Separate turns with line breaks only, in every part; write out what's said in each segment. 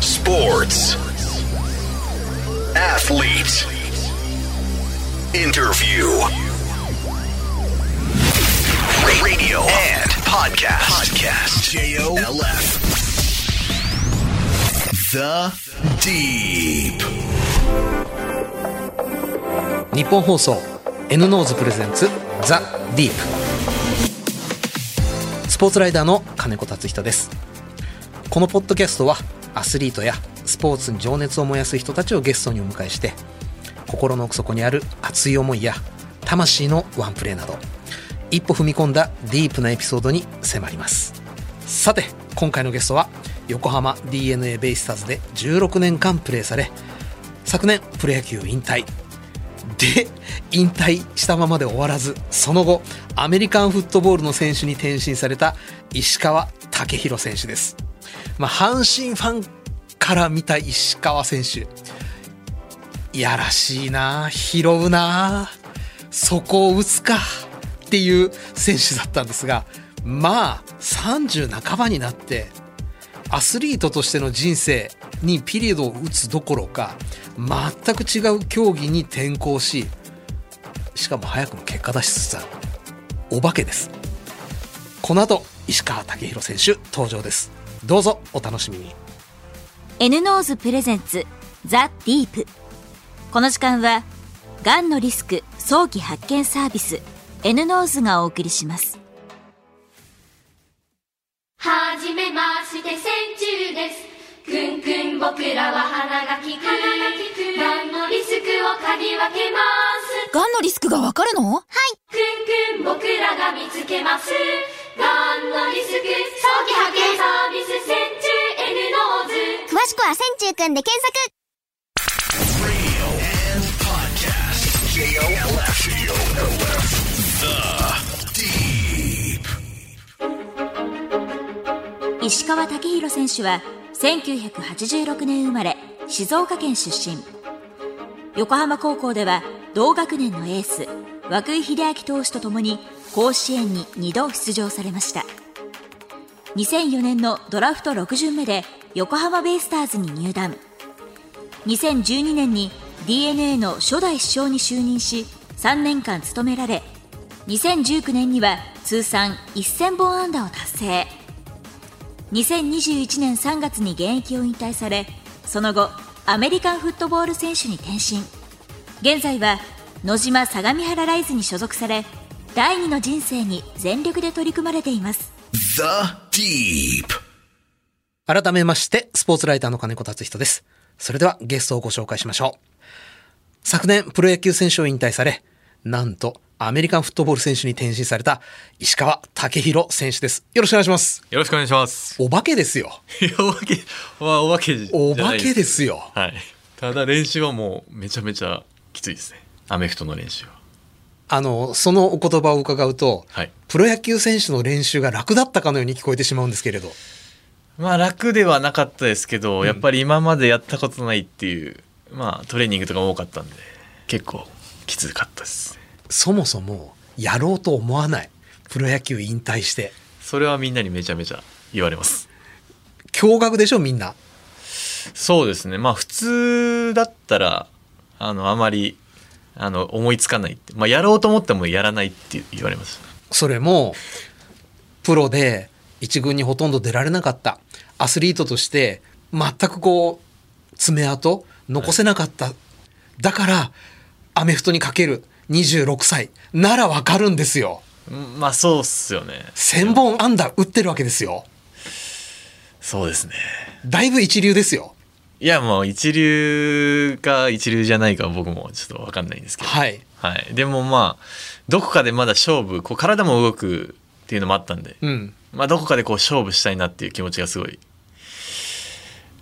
Sports. Athlete. Interview. Radio and podcast. Podcast. J-O-L-F. The Deep.
日本放送 N ノーズプレゼンツザ・ディープスポーツライダーの金子達人ですこのポッドキャストはアスリートやスポーツに情熱を燃やす人たちをゲストにお迎えして心の奥底にある熱い思いや魂のワンプレーなど一歩踏み込んだディープなエピソードに迫りますさて今回のゲストは横浜 d n a ベイスターズで16年間プレーされ昨年プロ野球引退で引退したままで終わらずその後アメリカンフットボールの選手に転身された石川武宏選手です、まあ、阪神ファンから見た石川選手いやらしいな拾うなそこを打つかっていう選手だったんですがまあ30半ばになってアスリートとしての人生にピリオドを打つどころか全く違う競技に転向ししかも早くも結果出しつつあるお化けですこの後石川武宏選手登場ですどうぞお楽しみに
N ノーズプレゼンツザ・ディープこの時間はがんのリスク早期発見サービス N ノーズがお送りします
はじめまして千中ですくんくん僕らは花がきく花がきくがんのリスクを嗅ぎ分けます
がんのリスクがわかるの
くんくん僕らが見つけますがんのリスク早期発見サービス千中 N ノーズ
詳しくは千中くんで検索
J-O-L-F. J-O-L-F. The Deep.
石川武宏選手は1986年生まれ静岡県出身横浜高校では同学年のエース涌井秀明投手とともに甲子園に2度出場されました2004年のドラフト6巡目で横浜ベイスターズに入団2012年に d n a の初代首相に就任し3年間務められ2019年には通算1000本安打を達成2021年3月に現役を引退されその後アメリカンフットボール選手に転身現在は野島相模原ライズに所属され第二の人生に全力で取り組まれています
The Deep.
改めまして、スポーツライターの金子達人です。それではゲストをご紹介しましょう。昨年、プロ野球選手を引退され、なんと、アメリカンフットボール選手に転身された石川武宏選手です。よろしくお願いします。
よろしくお願いします。
お化けですよ。
いや、お化け、まあ、お化けじゃ
お
な
化
い
けですよ。
はい。ただ練習はもうめちゃめちゃきついですね。アメフトの練習は。
あの、そのお言葉を伺うと、
はい
プロ野球選手の練習が楽だったかのように聞こえてしまうんですけれど。
まあ楽ではなかったですけど、やっぱり今までやったことないっていう、まあトレーニングとかも多かったんで、結構きつかったですね。
そもそも、やろうと思わない。プロ野球引退して。
それはみんなにめちゃめちゃ言われます。
驚愕でしょ、みんな。
そうですね。まあ普通だったら、あの、あまり、あの、思いつかないって。まあやろうと思ってもやらないって言われます。
それもプロで一軍にほとんど出られなかったアスリートとして全くこう爪痕残せなかった、だからアメフトにかける26歳ならわかるんですよ
うんまあそうっすよね。
1000本安打打ってるわけですよ
そうですね。
だいぶ一流ですよ
いやもう一流か一流じゃないかは僕もちょっと分かんないんですけど、い
はい
でもまあどこかでまだ勝負こう体も動くっていうのもあったんで、
うん
まあ、どこかでこう勝負したいなっていう気持ちがすごい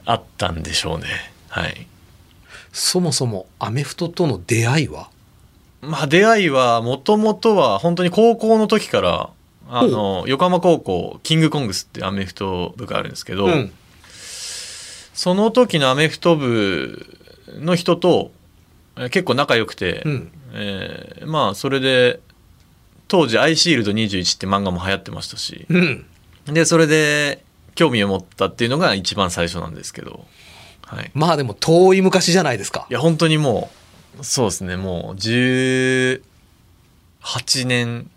あったんでしょうねはい
そもそもアメフトとの出会いは
まあ出会いはもともとは本当に高校の時からあの横浜高校キングコングスっていうアメフト部があるんですけど、
うん
その時のアメフト部の人とえー結構仲良くて、
うん
えーまあそれで当時「アイシールド21」って漫画も流行ってましたし
うん
でそれで興味を持ったっていうのが一番最初なんですけどはい、
まあでも遠い昔じゃないですか
い。や本当にもうそうですねもう18年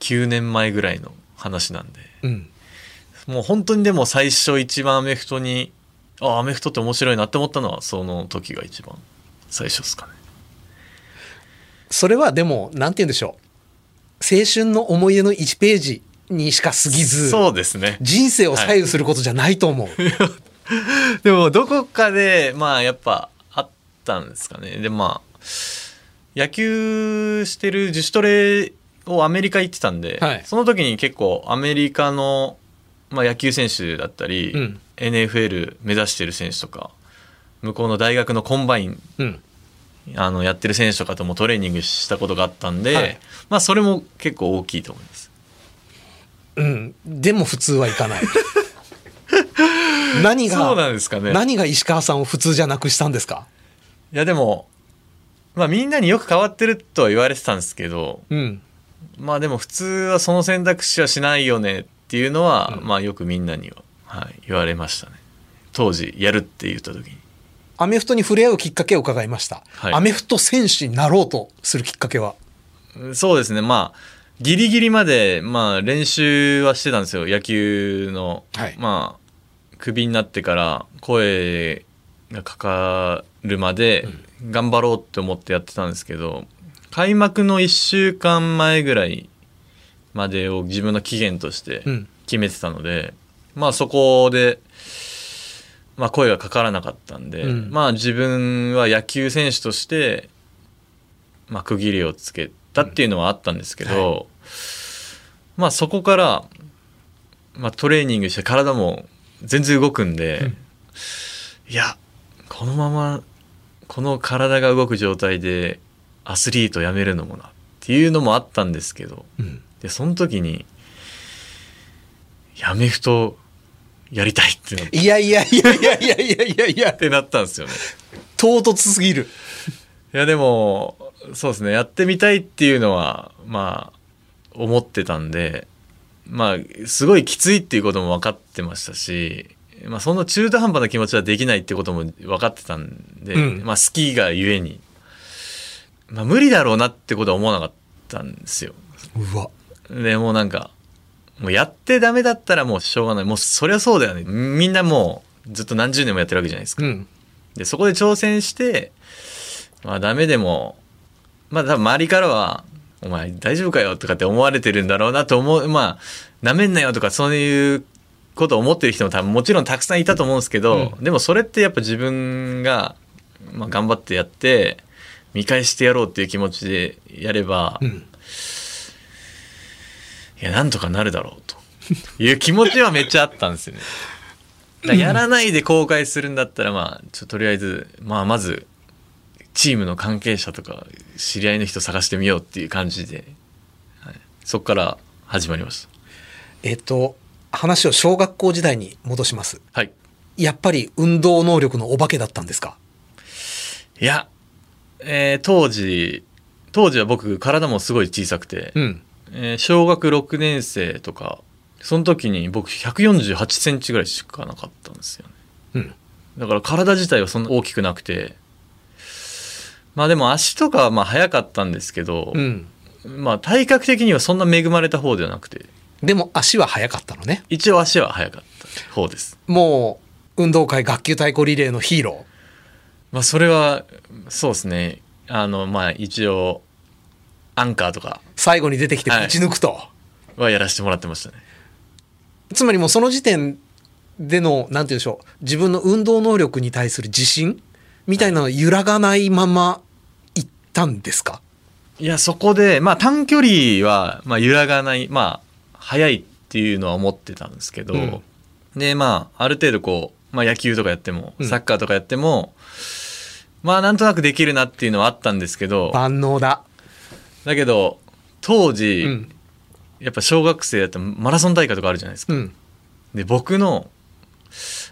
9年前ぐらいの話なんで
うん。
もう本当にでも最初一番アメフトにあアメフトって面白いなって思ったのはその時が一番最初ですかね
それはでも、なんて言うんでしょう。青春の思い出の1ページにしか過ぎず、
そうですね
人生を左右することじゃないと思う。
でもどこかでまあやっぱあったんですかねでまあ野球してる自主トレをアメリカ行ってたんで、
はい
その時に結構アメリカの、まあ、野球選手だったり、
うん
NFL 目指してる選手とか向こうの大学のコンバイン
うん。
あのやってる選手とかともトレーニングしたことがあったんで、
はい
まあそれも結構大きいと思います。
うん。でも普通はいか ない。何が、
そうなんですかね。
何が石川さんを普通じゃなくしたんですか
いやでも、まあみんなによく変わってるとは言われてたんですけど、
うん。
まあでも普通はその選択肢はしないよねっていうのは、まあよくみんなには、はい、言われましたね。当時やるって言った時に。
アメフトに触れ合うきっかけを伺いました。
はい
アメフト選手になろうとするきっかけは。
うんそうですね。まあ、ギリギリまで、まあ練習はしてたんですよ。野球の。
はい
まあ、クビになってから声がかかるまで頑張ろうって思ってやってたんですけど、開幕の1週間前ぐらいまでを自分の期限として
うん
決めてたので、まあそこで、まあ声がかからなかったんで、
うん
まあ自分は野球選手として、まあ、区切りをつけたっていうのはあったんですけど、まあそこから、まあ、トレーニングして体も全然動くんで、いやこのままこの体が動く状態でアスリートやめるのもなっていうのもあったんですけど
うん。
でその時にやめふとやりたいってなっ
いやいやいやいやいやいやいやいや
てなったんですよね。
唐突すぎる。
いやでもそうですねやってみたいっていうのはまあ思ってたんでまあすごいきついっていうことも分かってましたし、まあ、その中途半端な気持ちはできないってことも分かってたんで、
うん
まあ好きがゆえに、まあ、無理だろうなってことは思わなかったんですよ。
うわ。
でもうなんかもうやってダメだったらもうしょうがないもうそりゃそうだよねみんなもうずっと何十年もやってるわけじゃないですか
う。ん。
でそこで挑戦してまあダメでもまあ多分周りからは「お前大丈夫かよ」とかって思われてるんだろうなと思うまあなめんなよとかそういうことを思ってる人も多分もちろんたくさんいたと思うんですけど、でもそれってやっぱ自分が、まあ、頑張ってやって見返してやろうっていう気持ちでやれば、
う
い
ん。
やなんとかなるだろうという気持ちはめっちゃあったんですよね。だからやらないで後悔するんだったらまあちょっととりあえず、まあ、まずチームの関係者とか知り合いの人探してみようっていう感じで、はいそこから始まりました。
えっと、話を小学校時代に戻します。
はい、
やっぱり運動能力のお化けだったんですか
いや、えー当時当時は僕体もすごい小さくて、
ん。
えー小学6年生とかその時に僕1 4 8センチぐらいしかなかったんですよね。
うん。
だから体自体はそんな大きくなくてまあでも足とかはまあ速かったんですけど、
うん。
まあ体格的にはそんな恵まれた方ではなくて
でも足は速かったのね。
一応足は速かった方です
もう、運動会学級対抗リレーのヒーロ
まあそれはそうですねあのまあ一応アンカーとか
ー。最後に出てきて
はい
ぶち抜くと。
はやらせてもらってましたね
つまりもうその時点での、なんて言うんでしょう。自分の運動能力に対する自信みたいなのは揺らがないまま行ったんですか
いやそこでまあ短距離はまあ揺らがないまあ速いっていうのは思ってたんですけど、
うん
でまあある程度こう、まあ、野球とかやっても
うん
サッカーとかやっても、まあなんとなくできるなっていうのはあったんですけど
万能だ。
だけど当時、
うん。
やっぱ小学生だったらマラソン大会とかあるじゃないですか。
うん。
で僕の、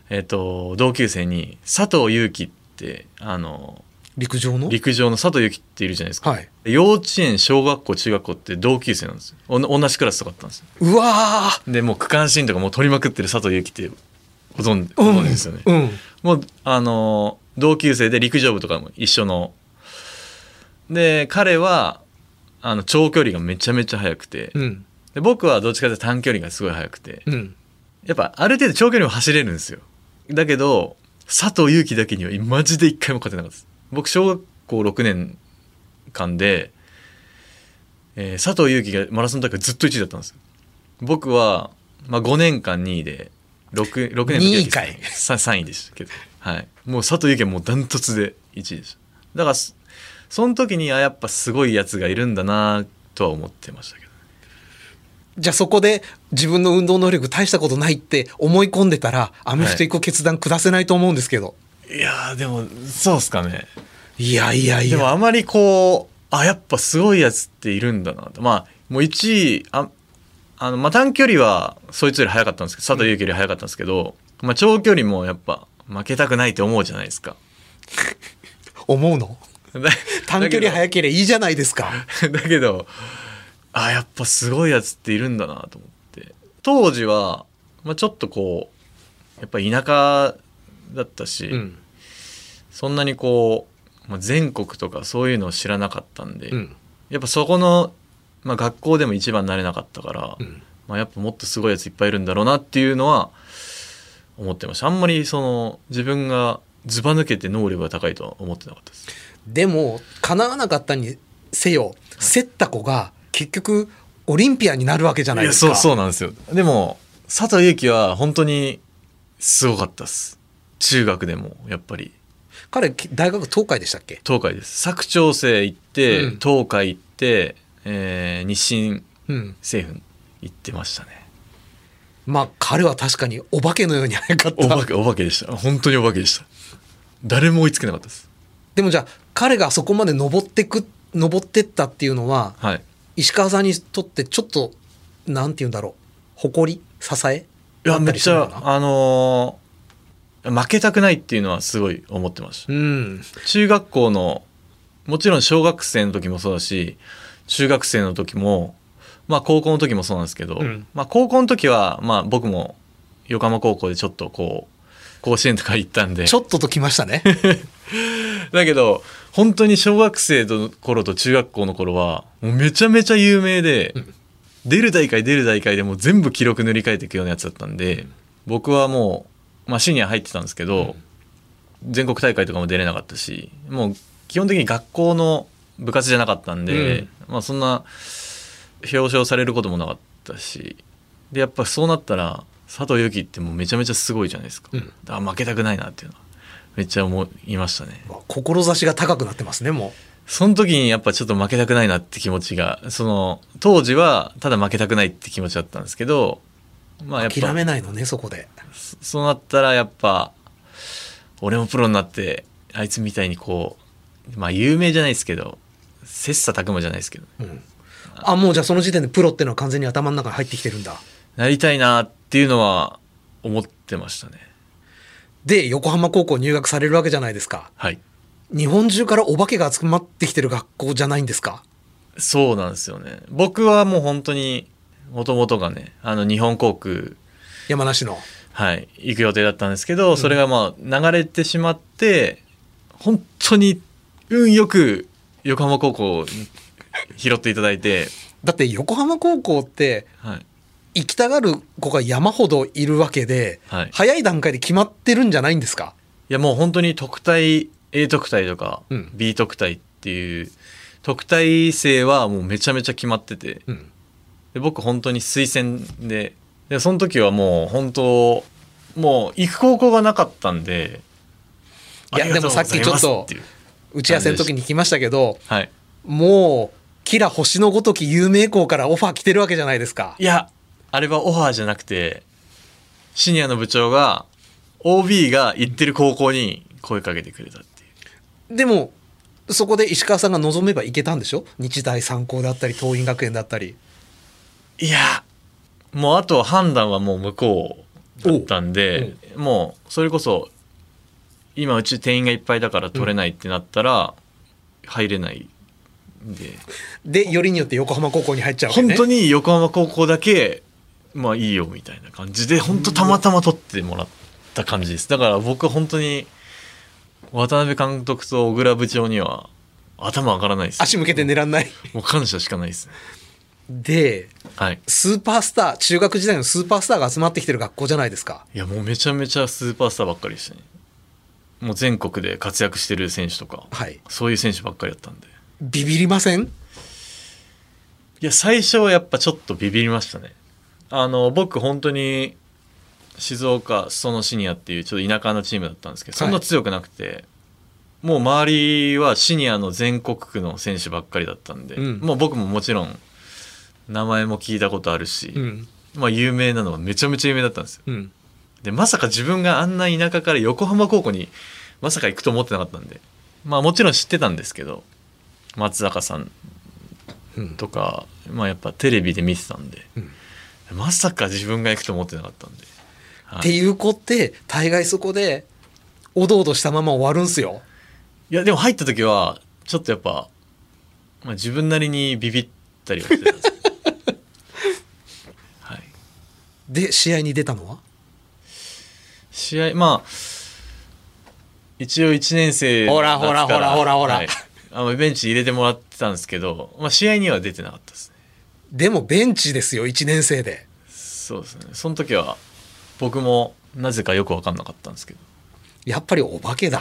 えっと同級生に佐藤悠希ってあの
陸上の
陸上の佐藤悠希っているじゃないですか、
はい。
幼稚園小学校中学校って同級生なんですよおん同じクラスとかだったんですよ
うわー
でもう区間新とかもう取りまくってる佐藤悠希ってご存知ご存知ですよね。
うん。
もうあの同級生で陸上部とかも一緒ので彼はあの長距離がめちゃめちゃ速くて、
うん。
で僕はどっちかというと短距離がすごい速くて、
うん。
やっぱある程度長距離も走れるんですよだけど佐藤悠基だけにはマジで一回も勝てなかったです僕小学校6年間で、えー佐藤悠基がマラソン大会ずっと1位だったんですよ僕は、まあ、5年間2位で 6, 六年の時は
二位かい
さ3位でしたけど、はい、もう佐藤悠基はもうダントツで1位でしただからそその時にあやっぱすごいやつがいるんだなとは思ってましたけど
じゃあそこで自分の運動能力大したことないって思い込んでたら、アメフト行く決断下せないと思うんですけど。
いやーでもそうっすかね
いやいやい
でも
や。
あまりこうあやっぱすごいやつっているんだなとまあもう1位ああの、まあ、短距離はそいつより速かったんですけど佐藤悠基より速かったんですけど、まあ、長距離もやっぱ負けたくないって思うじゃないですか。
思うの
だ
短距離
だ
早ければいいじゃないですか。
け どだけどあやっぱすごいやつっているんだなと思って当時は、まあ、ちょっとこうやっぱ田舎だったし、
うん。
そんなにこう、まあ、全国とかそういうのを知らなかったんで。
うん。
やっぱそこの、まあ、学校でも一番になれなかったから、
うん
まあ、やっぱもっとすごいやついっぱいいるんだろうなっていうのは思ってましたあんまりその自分がずば抜けて能力が高いとは思ってなかったです
でも、叶わなかったにせよ、競った子が結局オリンピアンになるわけじゃないですか。
そうそうなんですよでも佐藤悠基は本当にすごかったです中学でもやっぱり
彼、大学東海でしたっけ
東海です佐久長聖行って、
うん
東海行って、えー日清
うん。
製粉行ってましたね
まあ彼は確かにお化けのように早かっ
お
た
化けお化けでした本当にお化けでした誰も追いつけなかったです
でもじゃあ彼がそこまで登ってく登ってったっていうのは
はい
石川さんにとってちょっとなんて言うんだろう誇り支え
いやめっち
あた
ゃ
りしたのかな
あのー負けたくないっていうのはすごい思ってました
うん
中学校のもちろん小学生の時もそうだし中学生の時もまあ高校の時もそうなんですけど、
うん
まあ高校の時はまあ僕も横浜高校でちょっとこう甲子園とか行ったんで
ちょっとときました ね
だけど本当に小学生の頃と中学校の頃はもうめちゃめちゃ有名で、出る大会出る大会でもう全部記録塗り替えていくようなやつだったんで、僕はもう、まあ、シニア入ってたんですけど、全国大会とかも出れなかったしもう基本的に学校の部活じゃなかったんで、まあ、そんな表彰されることもなかったしでやっぱそうなったら佐藤悠基ってもうめちゃめちゃすごいじゃないですか、
うん
だから負けたくないなっていうのはめっちゃ思いましたね。
志が高くなってますねも
その時にやっぱちょっと負けたくないなって気持ちが、その、当時はただ負けたくないって気持ちだったんですけど、まあや
う
っ
諦め
ぱ、
ないのねそこで
そうなったらやっぱ、俺もプロになって、あいつみたいにこう、まあ有名じゃないですけど、切磋琢磨じゃないですけど、
あもうじゃあその時点でプロってのは完全に頭の中に入ってきてるんだ
なりたいなっていうのは思ってましたね。
で横浜高校入学されるわけじゃないですか
はい。
日本中からお化けが集まってきてる学校じゃないんですか
そうなんですよね。僕はもう本当に、もともとがね、あの日本航空、
山梨の
はい、行く予定だったんですけど、それがまあ流れてしまって本当に運よく横浜高校を拾っていただいて、
だって横浜高校って
はい、
行きたがる子が山ほどいるわけで、
はい
早い段階で決まってるんじゃないんですか
いやもう本当に特待 A 特待とか
うん
B 特待っていう特待生はもうめちゃめちゃ決まってて
うん。
で僕本当に推薦ででその時はもう本当もう行く高校がなかったんで
いや
ありが
でも
う
さっきちょっと
ございますていう
打ち合わせの時に来ましたけど、
はい
もう、キラ星のごとき有名校からオファー来てるわけじゃないですか
い。や、あれはオファーじゃなくて、シニアの部長が、OB が行ってる高校に声かけてくれたっていう。
でも、そこで石川さんが望めばいけたんでしょ日大三高だったり、桐蔭学園だったり。
いや、もうあと判断はもう向こうだったんで、もうそれこそ、今うち店員がいっぱいだから取れないってなったら、入れないんで、
で、よりによって横浜高校に入っちゃうわけ、
本
ね。
当に横浜高校だけ、まあいいよみたいな感じで、本当たまたま取ってもらっった感じですだから僕本当に渡辺監督と小倉部長には頭上がらないです
足向けて寝らんない。
もう感謝しかないですね
で、
はい
スーパースター、中学時代のスーパースターが集まってきてる学校じゃないですか。
いやもうめちゃめちゃスーパースターばっかりでしたねもう全国で活躍してる選手とか、
はい。
そういう選手ばっかりだったんで
ビビりません
いや最初はやっぱちょっとビビりましたねあの僕本当に静岡裾野シニアっていうちょっと田舎のチームだったんですけどそんな強くなくて、もう周りはシニアの全国区の選手ばっかりだったんで、
うん
もう僕ももちろん名前も聞いたことあるし、
うん。
まあ有名なのはめちゃめちゃ有名だったんですよ
うん。
でまさか自分があんな田舎から横浜高校にまさか行くと思ってなかったんでまあもちろん知ってたんですけど松坂さん
うん
とか、まあやっぱテレビで見てたんで、
うん
まさか自分が行くと思ってなかったんで、
っ
はい、
て
い
いう子って、大概そこで、おどおどしたまま終わるんすよ。
やでも入った時はちょっとやっぱ、まあ、自分なりにビビったりはしてたん ですよはい
で、試合に出たのは
試合まあ一応1年生
ほらほらほらほらほら
はいあのベンチに入れてもらってたんですけど、まあ、試合には出てなかったですね
でもベンチですよ、1年生で。
そうですねその時は僕もなぜかよく分かんなかったんですけど
やっぱりお化けだ。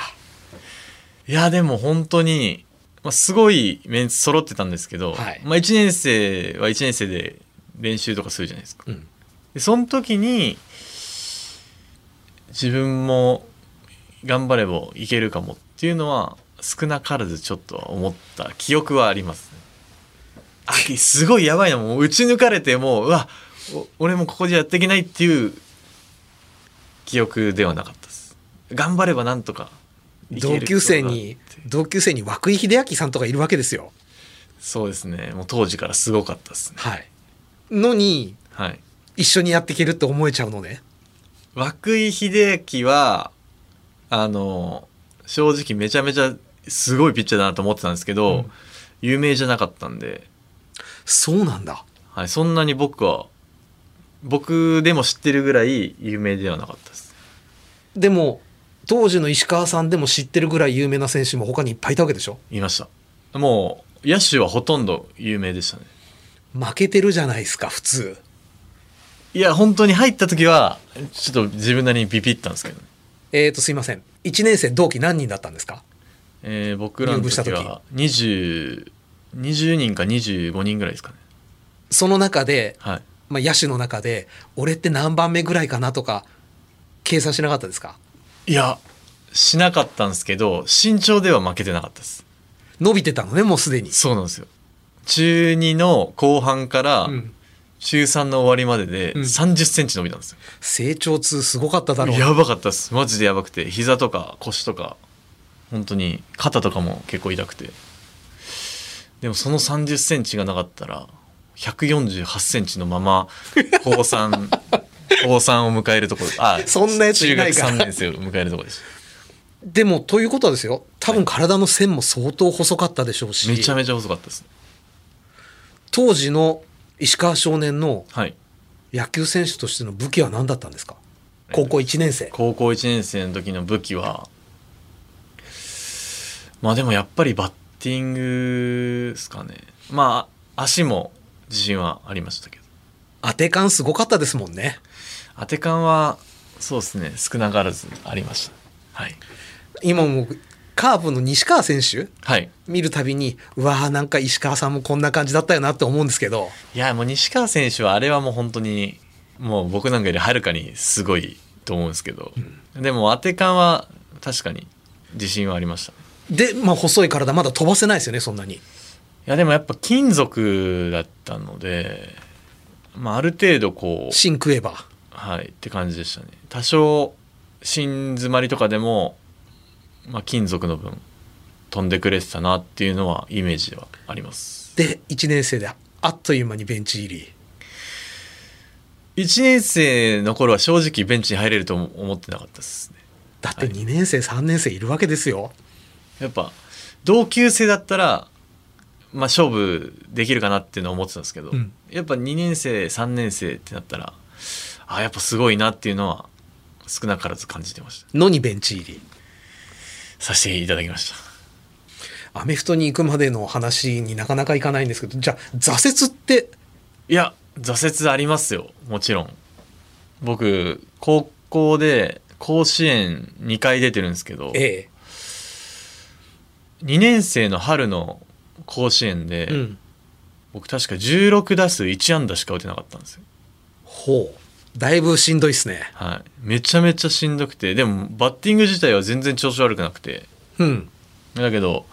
いやでも本当に、まあ、すごいメンツ揃ってたんですけど、
はい
まあ、1年生は1年生で練習とかするじゃないですか、
うん
でその時に自分も頑張ればいけるかもっていうのは少なからずちょっとは思った記憶はありますねあすごいやばいなもう打ち抜かれてもううわお俺もここじゃやっていけないっていう記憶ではなかったです頑張ればなんとかいける
同級生
っ
に
て、
同級生に涌井秀明さんとかいるわけですよ。
そうですねもう当時からすごかったですね
はい。のに、
はい
一緒にやっていけるって思えちゃうのね。
涌井秀明はあの正直めちゃめちゃすごいピッチャーだなと思ってたんですけど、
うん
有名じゃなかったんで、
そうなんだ。
はい、そんなに僕は僕でも知ってるぐらい有名ではなかったです
でも、当時の石川さんでも知ってるぐらい有名な選手も他にいっぱいいたわけでしょ
いましたもう野手はほとんど有名でしたね
負けてるじゃないですか、普通。
いや本当に入った時はちょっと自分なりにビビったんですけどね、
えーと、すいません。1年生同期何人だったんですか
えー僕らの
入部した
時
時
は 20, 20人か25人ぐらいですかね
その中で、
はい
まあ、野手の中で、俺って何番目ぐらいかなとか、計算しなかったですか
いやしなかったんですけど身長では負けてなかったです
伸びてたのね、もうすでに。
そうなんですよ中2の後半から
うん
中3の終わりまでで
うん
3 0ンチ伸びたんですよ、
成長痛すごかっただろう。
やばかったですマジでやばくて膝とか腰とか本当に肩とかも結構痛くてでもその3 0ンチがなかったら1 4 8ンチのまま高3 高三を迎えるところあ
そんなやついないから
中学3年生を迎えるところです
でも、ということはですよ、多分体の線も相当細かったでしょうし、
めちゃめちゃ細かったです
当時の石川少年の
はい
野球選手としての武器は何だったんですか高校1年生。
高校1年生の時の武器はまあでもやっぱりバッティングですかねまあ足も自信はありましたけど
当て感すごかったですもんね。
当て感はそうですね少なからずありましたはい、
今もうカープの西川選手
はい、
見るたびに、うわあなんか石川さんもこんな感じだったよなって思うんですけど、
いやもう西川選手はあれはもう本当にもう僕なんかよりはるかにすごいと思うんですけど、でも当て感は確かに自信はありましたね
で、まあ細い体まだ飛ばせないですよね、そんなに。
いやでもやっぱ金属だったので、まあ、ある程度こう
芯食えば。
はいって感じでしたね多少芯詰まりとかでも、まあ、金属の分飛んでくれてたなっていうのはイメージではあります
で、1年生であっという間にベンチ入り。
1年生の頃は正直ベンチに入れるとも思ってなかったですね
だって
はい
2年生、3年生いるわけですよ。
やっぱ同級生だったらまあ勝負できるかなっていうのを思ってたんですけど、
うん
やっぱ2年生3年生ってなったらあやっぱすごいなっていうのは少なからず感じてました
のにベンチ入り
させていただきました
アメフトに行くまでの話になかなかいかないんですけどじゃあ挫折って
いや挫折ありますよもちろん僕高校で甲子園2回出てるんですけど
え
2年生の春の甲子園で、
えうん
僕確か16打数1安打しか打てなかったんですよ、
ほうだいぶしんどいっすね
はい、めちゃめちゃしんどくてでもバッティング自体は全然調子悪くなくて
うん
だけど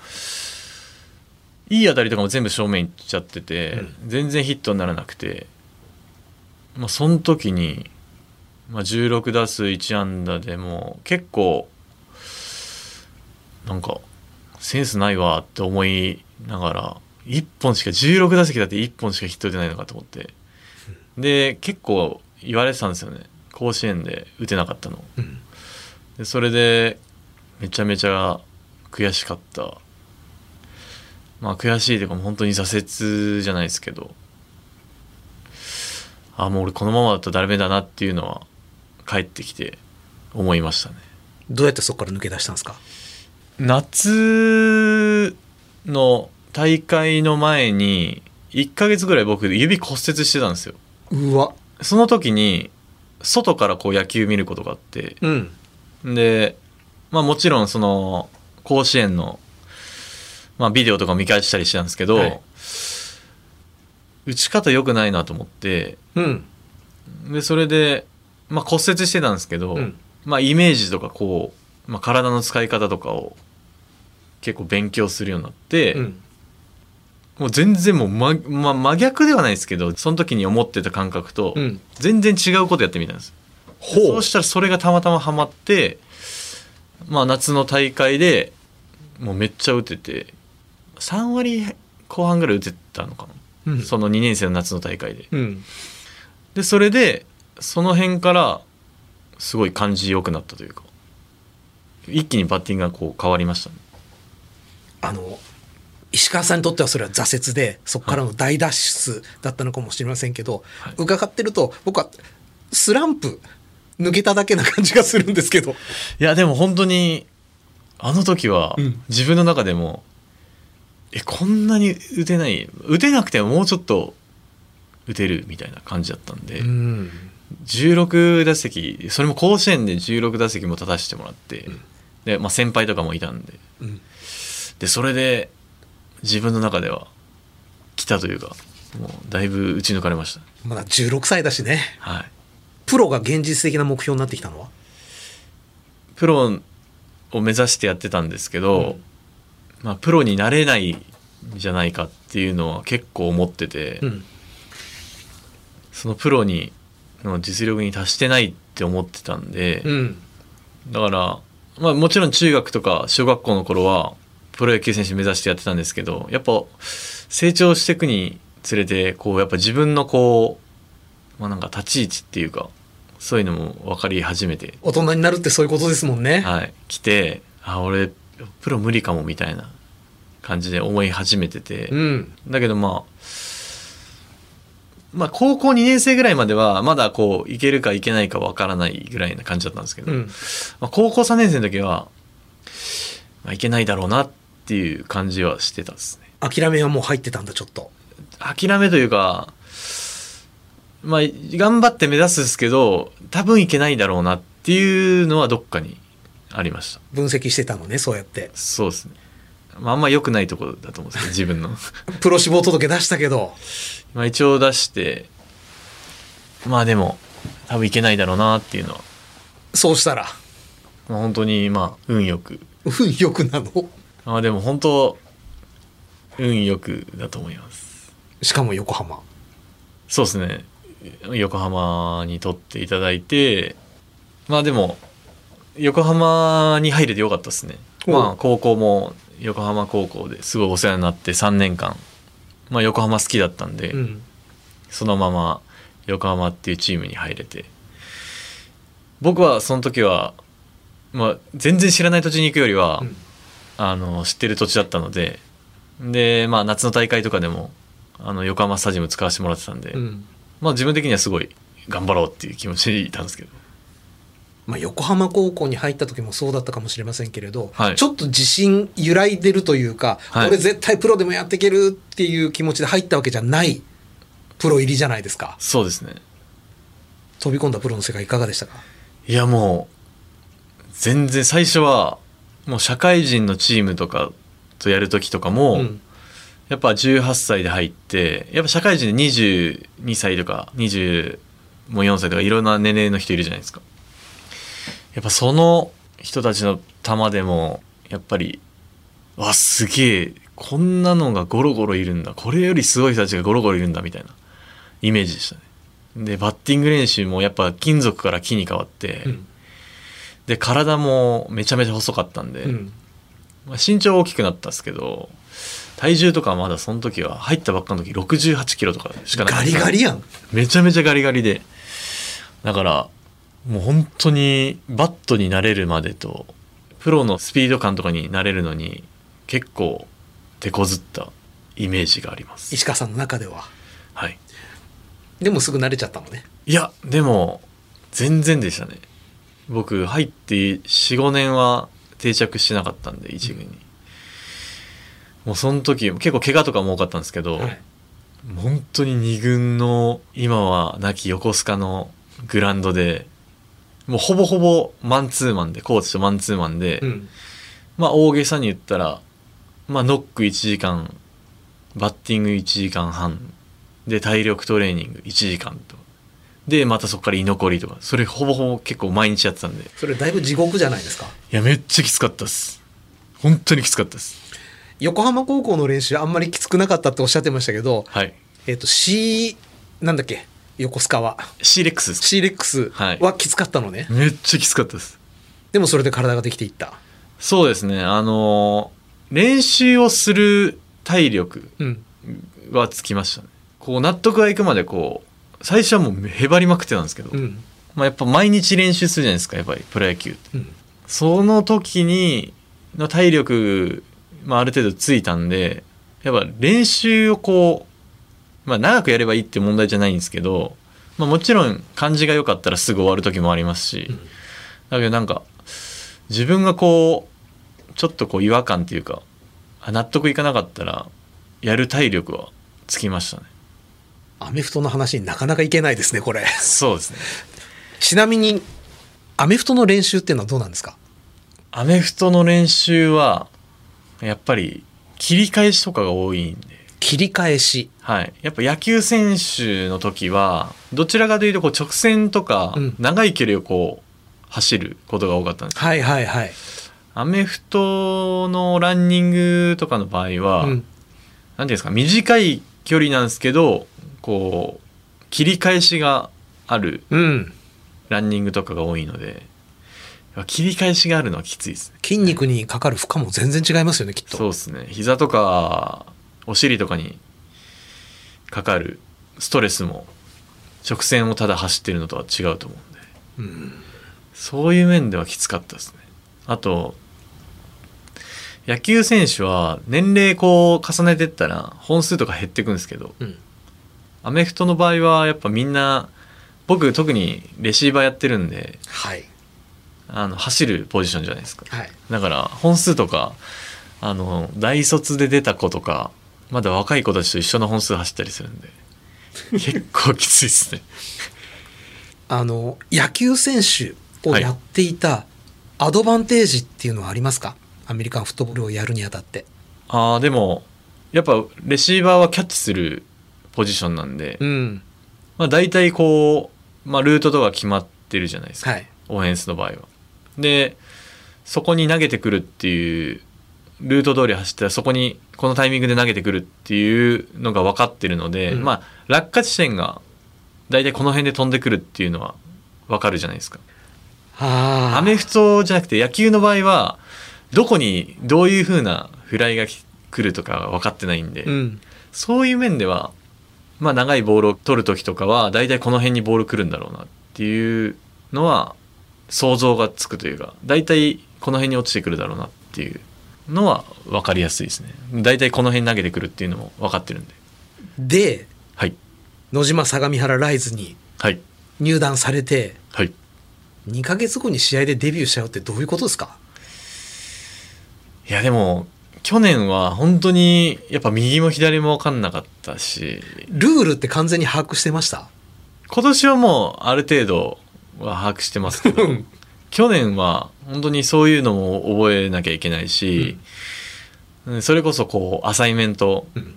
いい当たりとかも全部正面行っちゃってて、全然ヒットにならなくてまあその時に、まあ、16打数1安打でもう結構なんかセンスないわって思いながら1本しか16打席だって1本しかヒット出ないのかと思ってで結構言われてたんですよね甲子園で打てなかったの。
うん
でそれでめちゃめちゃ悔しかったまあ悔しいというかもう本当に挫折じゃないですけどあもう俺このままだとダメだなっていうのは帰ってきて思いましたね
どうやってそこから抜け出したんですか
夏の大会の前に1ヶ月ぐらい僕指骨折してたんですよ
うわ
その時に外からこう野球見ることがあって
うん
で、まあ、もちろんその甲子園の、まあ、ビデオとか見返したりしたんですけど、
はい
打ち方良くないなと思って
うん
でそれで、まあ、骨折してたんですけど、
うん
まあ、イメージとかこう、まあ、体の使い方とかを結構勉強するようになって、
うん
もう全然もう、ままあ、真逆ではないですけどその時に思ってた感覚と
うん
全然違うことやってみたんです。
ほ
そううしたらそれがたまたまハマって、まあ、夏の大会でもうめっちゃ打てて3割後半ぐらい打てたの
う
か
ん
な、その2年生の夏の大会で
うん
でそれでその辺からすごい感じ良くなったというか一気にバッティングがこう変わりましたね
あの石川さんにとってはそれは挫折でそこからの大脱出だったのかもしれませんけど、
はい
伺ってると僕はスランプ抜けただけな感じがするんですけど
いやでも本当にあの時は
うん
自分の中でも、えこんなに打てない打てなくてももうちょっと打てるみたいな感じだったんで、
ん
16打席それも甲子園で16打席も立たせてもらって、
ん
でまあ、先輩とかもいたんで
うん
でそれで自分の中では来たというかもうだいぶ打ち抜かれました、
まだ16歳だしね
はい、
プロが現実的な目標になってきたのは
プロを目指してやってたんですけど、まあ、プロになれないんじゃないかっていうのは結構思ってて、
うん
そのプロにの実力に達してないって思ってたんで、
うん
だから、まあ、もちろん中学とか小学校の頃はプロ野球選手目指してやってたんですけどやっぱ成長していくにつれてこうやっぱ自分のこう、まあ、なんか立ち位置っていうかそういうのも分かり始めて、
大人になるってそういうことですもんね、
はい、来てあ俺プロ無理かもみたいな感じで思い始めてて。
うん
だけどまあまあ高校2年生ぐらいまではまだこういけるかいけないかわからないぐらいな感じだったんですけど、
うん
まあ、高校3年生の時は、まあ、いけないだろうなっていう感じはしてたですね
諦めはもう入ってたんだちょっと
諦めというかまあ頑張って目指すんですけど多分いけないだろうなっていうのはどっかにありました
分析してたのねそうやって
そうですね、まあ、あんま良くないところだと思うんですけど自分の
プロ志望届出したけど
まあ一応出してまあでも多分いけないだろうなっていうのは、
そうしたら
まあ、本当にまあ運よく
運良くなの
まあでも本当運よくだと思います
しかも横浜
そうですね横浜に取っていただいてまあでも横浜に入れてよかったですね
お
まあ高校も横浜高校ですごいお世話になって3年間、まあ、横浜好きだったんで、
うん
そのまま横浜っていうチームに入れて僕はその時は、まあ、全然知らない土地に行くよりは、
うん
あの知ってる土地だったのでで、まあ、夏の大会とかでもあの横浜スタジアム使わせてもらってたんで、
うん
まあ、自分的にはすごい頑張ろうっていう気持ちでいたんですけど
まあ、横浜高校に入った時もそうだったかもしれませんけれど、
はい
ちょっと自信揺らいでるというか、
はい
俺絶対プロでもやっていけるっていう気持ちで入ったわけじゃないプロ入りじゃないですか
そうですね
飛び込んだプロの世界いかがでしたか
いやもう全然最初はもう社会人のチームとかとやる時とかも、
うん
やっぱ18歳で入ってやっぱ社会人で22歳とか24歳とかいろんな年齢の人いるじゃないですかやっぱその人たちの球でもやっぱりわすげえこんなのがゴロゴロいるんだこれよりすごい人たちがゴロゴロいるんだみたいなイメージでしたねでバッティング練習もやっぱ金属から木に変わって、
うん
で体もめちゃめちゃ細かったんで、
うん
まあ、身長は大きくなったんですけど体重とかはまだその時は入ったばっかの時6 8キロとかしかなか
ガ
った
リガリやん
めちゃめちゃガリガリでだからもう本当にバットになれるまでとプロのスピード感とかになれるのに結構手こずったイメージがあります
石川さんの中では
はい
でもすぐ慣れちゃったのね
いやでも全然でしたね僕入って45年は定着してなかったんで一軍に、もうその時結構怪我とかも多かったんですけど、
はい
本当に二軍の今は亡き横須賀のグラウンドでもうほぼほぼマンツーマンでコーチとマンツーマンで、
うん
まあ大げさに言ったら、まあ、ノック1時間バッティング1時間半で体力トレーニング1時間とでまたそこから居残りとかそれほぼほぼ結構毎日やってたんでい
それだいぶ地獄じゃないですか
やめっちゃきつかったっす本当にきつかったっす
横浜高校の練習あんまりきつくなかったっておっしゃってましたけど、
はい
えっと C なんだっけ横須賀は
C レックスです
C レックス
はい
はきつかったのね、
めっちゃきつかったっす
でもそれで体ができていった
そうですねあのー練習をする体力
うん
はつきましたねこう納得がいくまでこう最初はもうへばりまくってたんですけど、
うん
まあ、やっぱ毎日練習するじゃないですかやっぱりプロ野球って
うん
その時にの体力、まあ、ある程度ついたんでやっぱ練習をこう、まあ、長くやればいいって問題じゃないんですけど、まあ、もちろん感じが良かったらすぐ終わる時もありますし、だけどなんか自分がこうちょっとこう違和感っていうかあ納得いかなかったらやる体力はつきましたね
アメフトの話になかなかいけないですねこれ
そうですね
ちなみにアメフトの練習っていうのはどうなんですか
アメフトの練習はやっぱり切り返しとかが多いんで
切り返し
はい、やっぱ野球選手の時はどちらかというとこう直線とか
うん
長い距離をこう走ることが多かったんです、
はいはいはい、
アメフトのランニングとかの場合は、
う
なんんていうんですか短い距離なんですけどこう切り返しがある
うん、
ランニングとかが多いので切り返しがあるのはきついですね
筋肉にかかる負荷も全然違いますよねきっ
そう
と
ですね膝とかお尻とかにかかるストレスも直線をただ走ってるのとは違うと思うんで、そういう面ではきつかったですねあと野球選手は年齢こう重ねてったら本数とか減ってくんですけど、
うん
アメフトの場合はやっぱみんな僕特にレシーバーやってるんで
はい
あの走るポジションじゃないですか
はい
だから本数とかあの大卒で出た子とかまだ若い子たちと一緒の本数走ったりするんで結構きついですね
あの野球選手をやっていたアドバンテージっていうのはありますかアメリカンフットボールをやるにあたって
あーでもやっぱレシーバーはキャッチするポジションなんで、
うん
まあ、大体こう、まあ、ルートとか決まってるじゃないですか、
はい
オフェンスの場合は。でそこに投げてくるっていうルート通り走ったらそこにこのタイミングで投げてくるっていうのが分かってるので、
うん
まあ落下地点が大体この辺で飛んでくるっていうのは分かるじゃないですか。
あー
アメフトじゃなくて野球の場合はどこにどういう風なフライがき来るとか分かってないんで、
うん
そういう面では、まあ、長いボールを取る時とかは大体この辺にボール来るんだろうなっていうのは想像がつくというか大体この辺に落ちてくるだろうなっていうのは分かりやすいですね大体この辺投げてくるっていうのも分かってるんで
で
はい
野島相模原ライズに
はい
入団されて
はい
2ヶ月後に試合でデビューしちゃうってどういうことですか
いやでも去年は本当にやっぱ右も左も分かんなかったし
ルールって完全に把握してました
今年はもうある程度は把握してますけど
ん
去年は本当にそういうのも覚えなきゃいけないし、うんそれこそこうアサイメント、
うん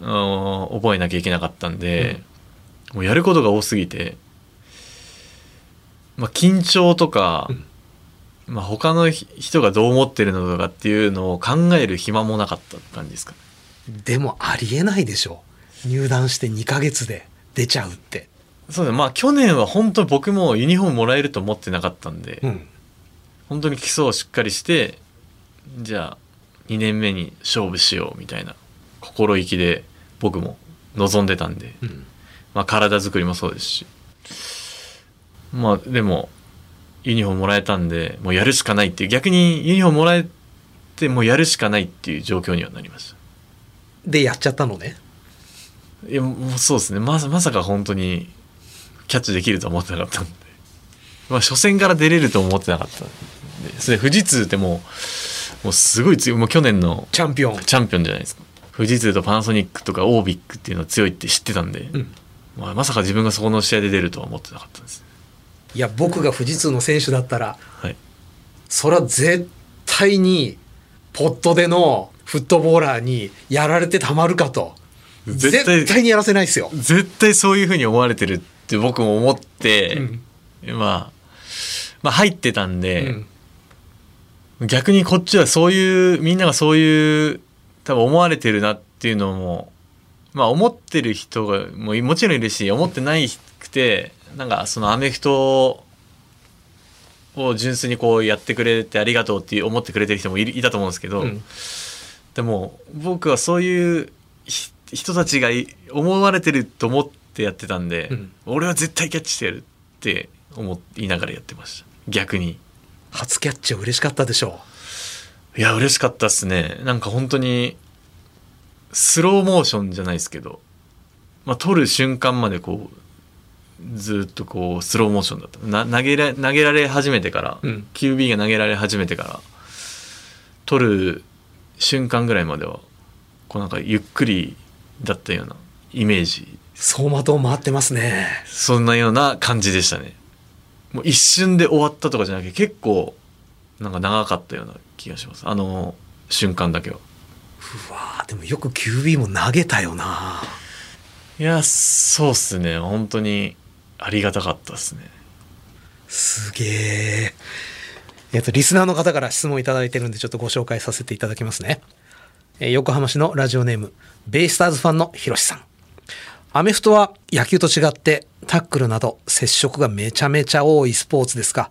あの覚えなきゃいけなかったんで、もうやることが多すぎて、まあ、緊張とか、
うん
まあ、他のひ人がどう思ってるのかっていうのを考える暇もなかったって感じですかね
でもありえないでしょ入団して2ヶ月で出ちゃうって
そうだねまあ去年は本当僕もユニフォームもらえると思ってなかったんで、
うん
本当に基礎をしっかりしてじゃあ2年目に勝負しようみたいな心意気で僕も望んでたんで、
うん
まあ、体作りもそうですしまあでもユニフォームもらえたんでもうやるしかないっていう逆にユニフォームもらえてもうやるしかないっていう状況にはなりました
でやっちゃったのね
いやもうそうですねまさまさか本当にキャッチできるとは思ってなかったんで、まあ、初戦から出れるとも思ってなかったんでそれ富士通ってもうもうすごい強いもう去年の
チャンピオン
チャンピオンじゃないですか富士通とパナソニックとかオービックっていうのは強いって知ってたんで、
ん
まあ、まさか自分がそこの試合で出るとは思ってなかったんです、
いや僕が富士通の選手だったら
はい、
それは絶対にポットでのフットボーラーにやられてたまるかと絶
絶
対
対
にやらせないですよ
絶対そういうふうに思われてるって僕も思って、まあまあ入ってたんで、
うん
逆にこっちはそういうみんながそういう多分思われてるなっていうのもまあ思ってる人がもうもちろんいるし思ってないくてなんかそのアメフトを純粋にこうやってくれてありがとうっていう思ってくれてる人もいるいたと思うんですけど、
うん
でも僕はそういうひ人たちがい思われてると思ってやってたんで、
うん
俺は絶対キャッチしてやるって思いながらやってました逆に。
初キャッチは嬉しかったでしょ
いや、嬉しかったっすね。なんか本当に、スローモーションじゃないですけど、まあ、撮る瞬間までこう、ずっとこう、スローモーションだった。な投げら投げられ始めてから、
うん
QB が投げられ始めてから、撮る瞬間ぐらいまでは、こうなんかゆっくりだったようなイメージ、
走馬灯回ってますね
そんなような感じでしたね。もう一瞬で終わったとかじゃなくて、結構、なんか長かったような気がします。あの、瞬間だけは。
うわーでもよく QB も投げたよない
や、そうっすね。本当にありがたかったっすね。
すげえ。えっと、リスナーの方から質問いただいてるんで、ちょっとご紹介させていただきますね。えー横浜市のラジオネーム、ベイスターズファンのひろしさん。アメフトは野球と違って、タックルなど接触がめちゃめちゃ多いスポーツですが、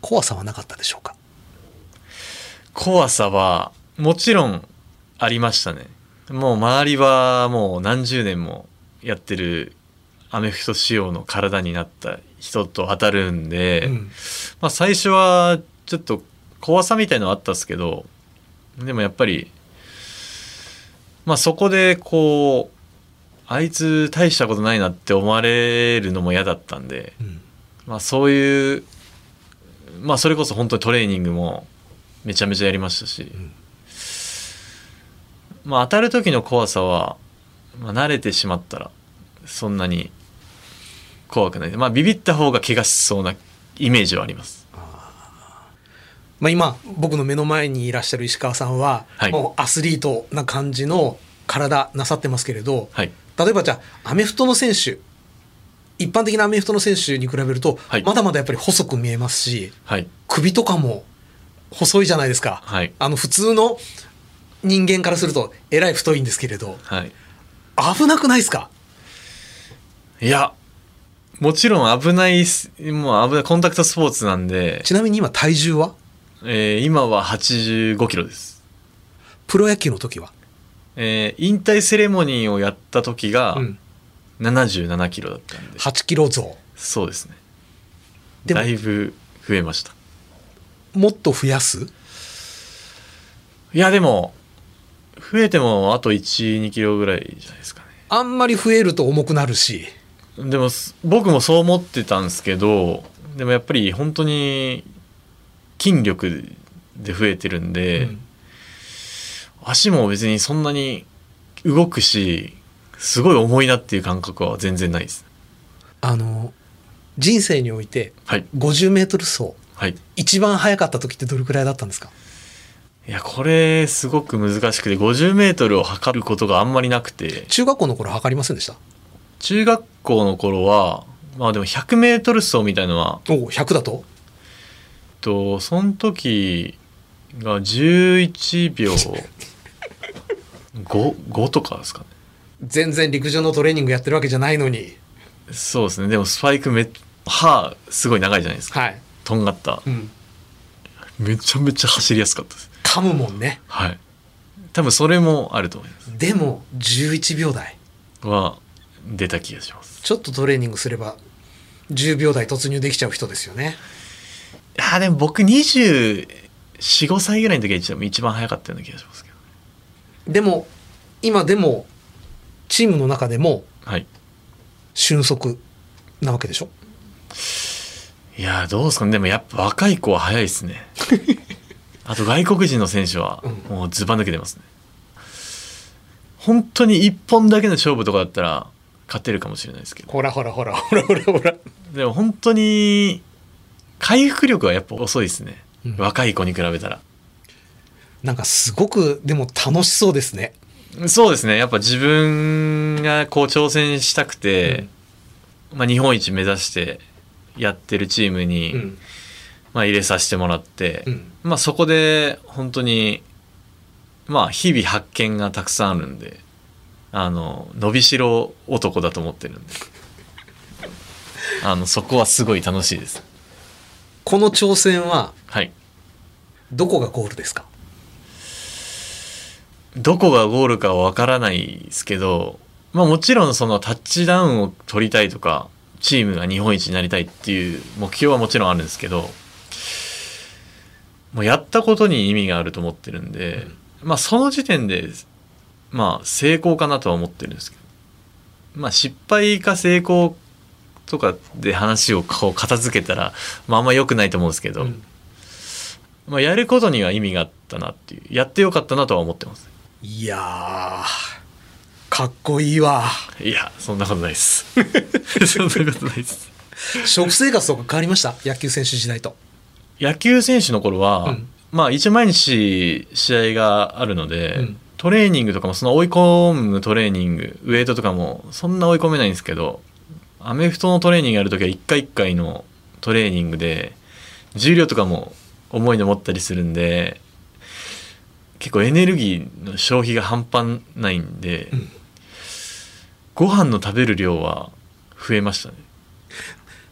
怖さはなかったでしょうか
怖さは、もちろんありましたね。もう周りはもう何十年もやってるアメフト仕様の体になった人と当たるんで、
うん
まあ最初はちょっと怖さみたいのはあったっすけど、でもやっぱり、まあそこでこう、あいつ大したことないなって思われるのも嫌だったんで、
うん。
まあそういう、まあそれこそ本当にトレーニングもめちゃめちゃやりましたし、
ん
まあ当たる時の怖さは、まあ、慣れてしまったらそんなに怖くない。まあビビった方が怪我しそうなイメージはあります。
まあ、今、僕の目の前にいらっしゃる石川さんは、
はい
もうアスリートな感じの体なさってますけれど、
はい。
例えばじゃあアメフトの選手一般的なアメフトの選手に比べると、
はい
まだまだやっぱり細く見えますし
はい。
首とかも細いじゃないですか、
はい
あの普通の人間からするとえらい太いんですけれど
はい。
危なくないですか
いや、もちろん危ないす、もう危ない、コンタクトスポーツなんで、
ちなみに今体重は
えー今は85キロです。
プロ野球の時は、
えー引退セレモニーをやった時が
うん、
77キロだったんで、
8キロ増
そうですね
でも
だいぶ増えました
もっと増やす
いやでも増えてもあと12キロぐらいじゃないですか
あんまり増えると重くなるし
ねでもす僕もそう思ってたんですけどでもやっぱり本当に筋力で増えてるんで、
うん
足も別にそんなに動くしすごい重いなっていう感覚は全然ないです
あの人生において
はい
50メートル走
はい
一番速かった時ってどれくらいだったんですか
いやこれすごく難しくて 50m を測ることがあんまりなくて
中学校の頃測りませんでした
中学校の頃はまあでも 100m 走みたいのは
おお100だと
えっとその時が11秒 5, 5とかですかね
全然陸上のトレーニングやってるわけじゃないのに
そうですねでもスパイクめ歯すごい長いじゃないですか
はい、
とんがった
うん、
めちゃめちゃ走りやすかったです
噛むもんね
はい多分それもあると思います
でも11秒台
は出た気がします
ちょっとトレーニングすれば10秒台突入できちゃう人ですよね
あーでも僕245歳ぐらいの時が一番一番早かったような気がしますけど
でも今でもチームの中でも
はい
俊足なわけでしょ
いやーどうですかねでもやっぱ若い子は早いで すねあと外国人の選手は
うん
もうずば抜けてますね本当に1本だけの勝負とかだったら勝てるかもしれないですけど
ほらほらほらほらほらほら
でも本当に回復力はやっぱ遅いですね、
うん
若い子に比べたら
なんかすごくでも楽しそうですね
そうですねやっぱ自分がこう挑戦したくて、まあ、日本一目指してやってるチームに、
うん
まあ、入れさせてもらって、
うん
まあ、そこで本当にまあ日々発見がたくさんあるんであの伸びしろ男だと思ってる んであのそこはすごい楽しいです
この挑戦は
はい
どこがゴールですか
どこがゴールかはわからないですけど、まあ、もちろんそのタッチダウンを取りたいとかチームが日本一になりたいっていう目標はもちろんあるんですけどもうやったことに意味があると思ってるんで、まあ、その時点で、まあ、成功かなとは思ってるんですけど、まあ、失敗か成功とかで話をこう片付けたら、まあ、あんま良くないと思うんですけど、
うん
まあ、やることには意味があったなっていうやってよかったなとは思ってます。
いやーかっこいいわ
いや、そんなことないです。 そんなことないです。
食生活とか変わりました野球選手時代と
野球選手の頃は、
うん
まあ一応毎日試合があるので、
うん
トレーニングとかもその追い込むトレーニング、ウエイトとかもそんな追い込めないんですけど、アメフトのトレーニングやるときは一回一回のトレーニングで、重量とかも重いの持ったりするんで、結構エネルギーの消費が半端ないんで、
うん
ご飯の食べる量は増えましたね。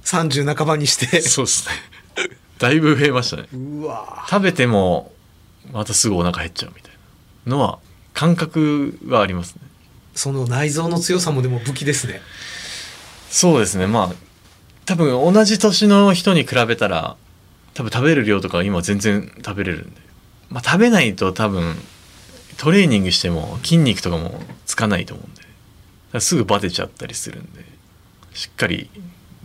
30半ばにして
そうですね。だいぶ増えましたね。
うわ
食べてもまたすぐお腹減っちゃうみたいなのは感覚はありますね。
その内臓の強さもでも武器ですね
そうですね。まあ多分同じ年の人に比べたら多分食べる量とかは今全然食べれるんで。まあ食べないと多分トレーニングしても筋肉とかもつかないと思うんで。だからすぐバテちゃったりするんで、しっかり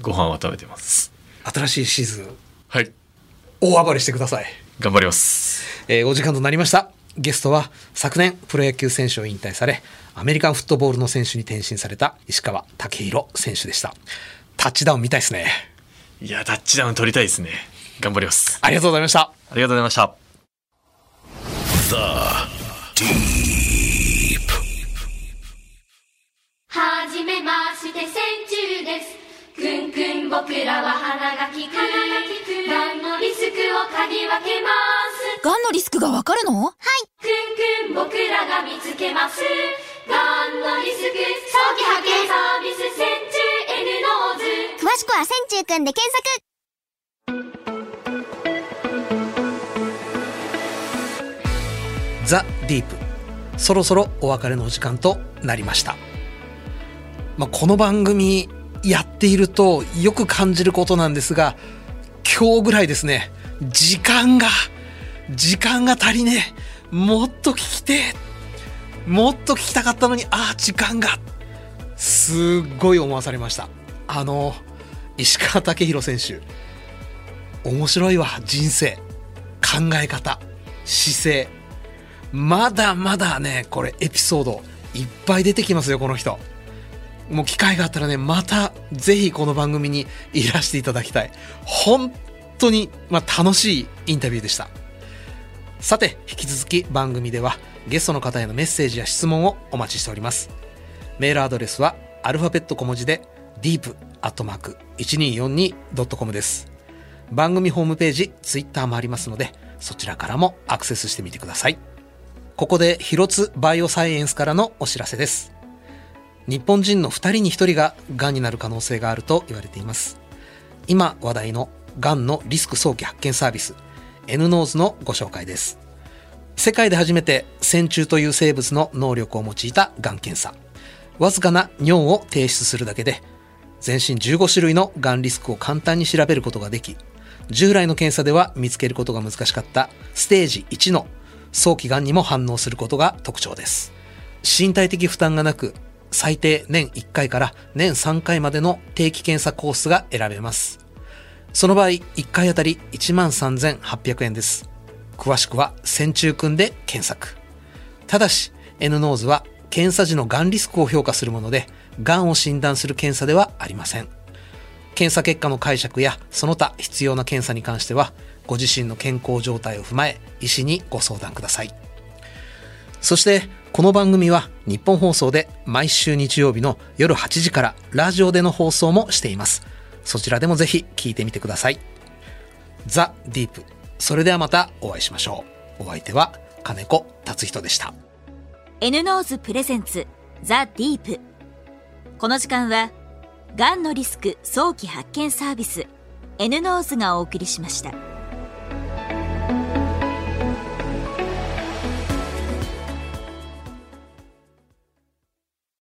ご飯は食べてます。
新しいシーズン
はい。
大暴れしてください、
頑張ります。
えーお時間となりましたゲストは昨年プロ野球選手を引退されアメリカンフットボールの選手に転身された石川武宏選手でしたタッチダウン見たいですね
いや、タッチダウン取りたいですね。頑張ります。
ありがとうございました
ありがとうございました。
はじめまして千中ですくんくん僕らは花がきくがんのリスクを嗅ぎ分けます
がんのリスクがわかるの
くんくん僕らが見つけますがんのリスク早期発見サービス千中 N ノーズ
詳しくは千中くんで検索
ザ・ディープそろそろお別れのお時間となりました、まあ、この番組やっているとよく感じることなんですが今日ぐらいですね時間が時間が足りねえもっと聞きてえもっと聞きたかったのにああ時間がすっごい思わされましたあの石川武宏選手面白いわ人生考え方姿勢まだまだねこれエピソードいっぱい出てきますよこの人もう機会があったらねまたぜひこの番組にいらしていただきたい本当に、まあ、楽しいインタビューでしたさて引き続き番組ではゲストの方へのメッセージや質問をお待ちしておりますメールアドレスはアルファベット小文字で deep.1242.com です番組ホームページツイッターもありますのでそちらからもアクセスしてみてくださいここで広津バイオサイエンスからのお知らせです日本人の2人に1人ががんになる可能性があると言われています今話題のがんのリスク早期発見サービス N ノーズのご紹介です世界で初めて線虫という生物の能力を用いたがん検査わずかな尿を提出するだけで全身15種類のがんリスクを簡単に調べることができ従来の検査では見つけることが難しかったステージ1の早期がんにも反応することが特徴です身体的負担がなく最低年1回から年3回までの定期検査コースが選べますその場合1回あたり13,800円です詳しくは「線虫くん」で検索ただし N ノーズは検査時のがんリスクを評価するものでがんを診断する検査ではありません検査結果の解釈やその他必要な検査に関してはご自身の健康状態を踏まえ医師にご相談くださいそしてこの番組は日本放送で毎週日曜日の夜8時からラジオでの放送もしていますそちらでもぜひ聞いてみてくださいザ・ディープそれではまたお会いしましょうお相手は金子達人でした
N ノーズプレゼンツザ・ディープこの時間はがんのリスク早期発見サービス N ノーズがお送りしました。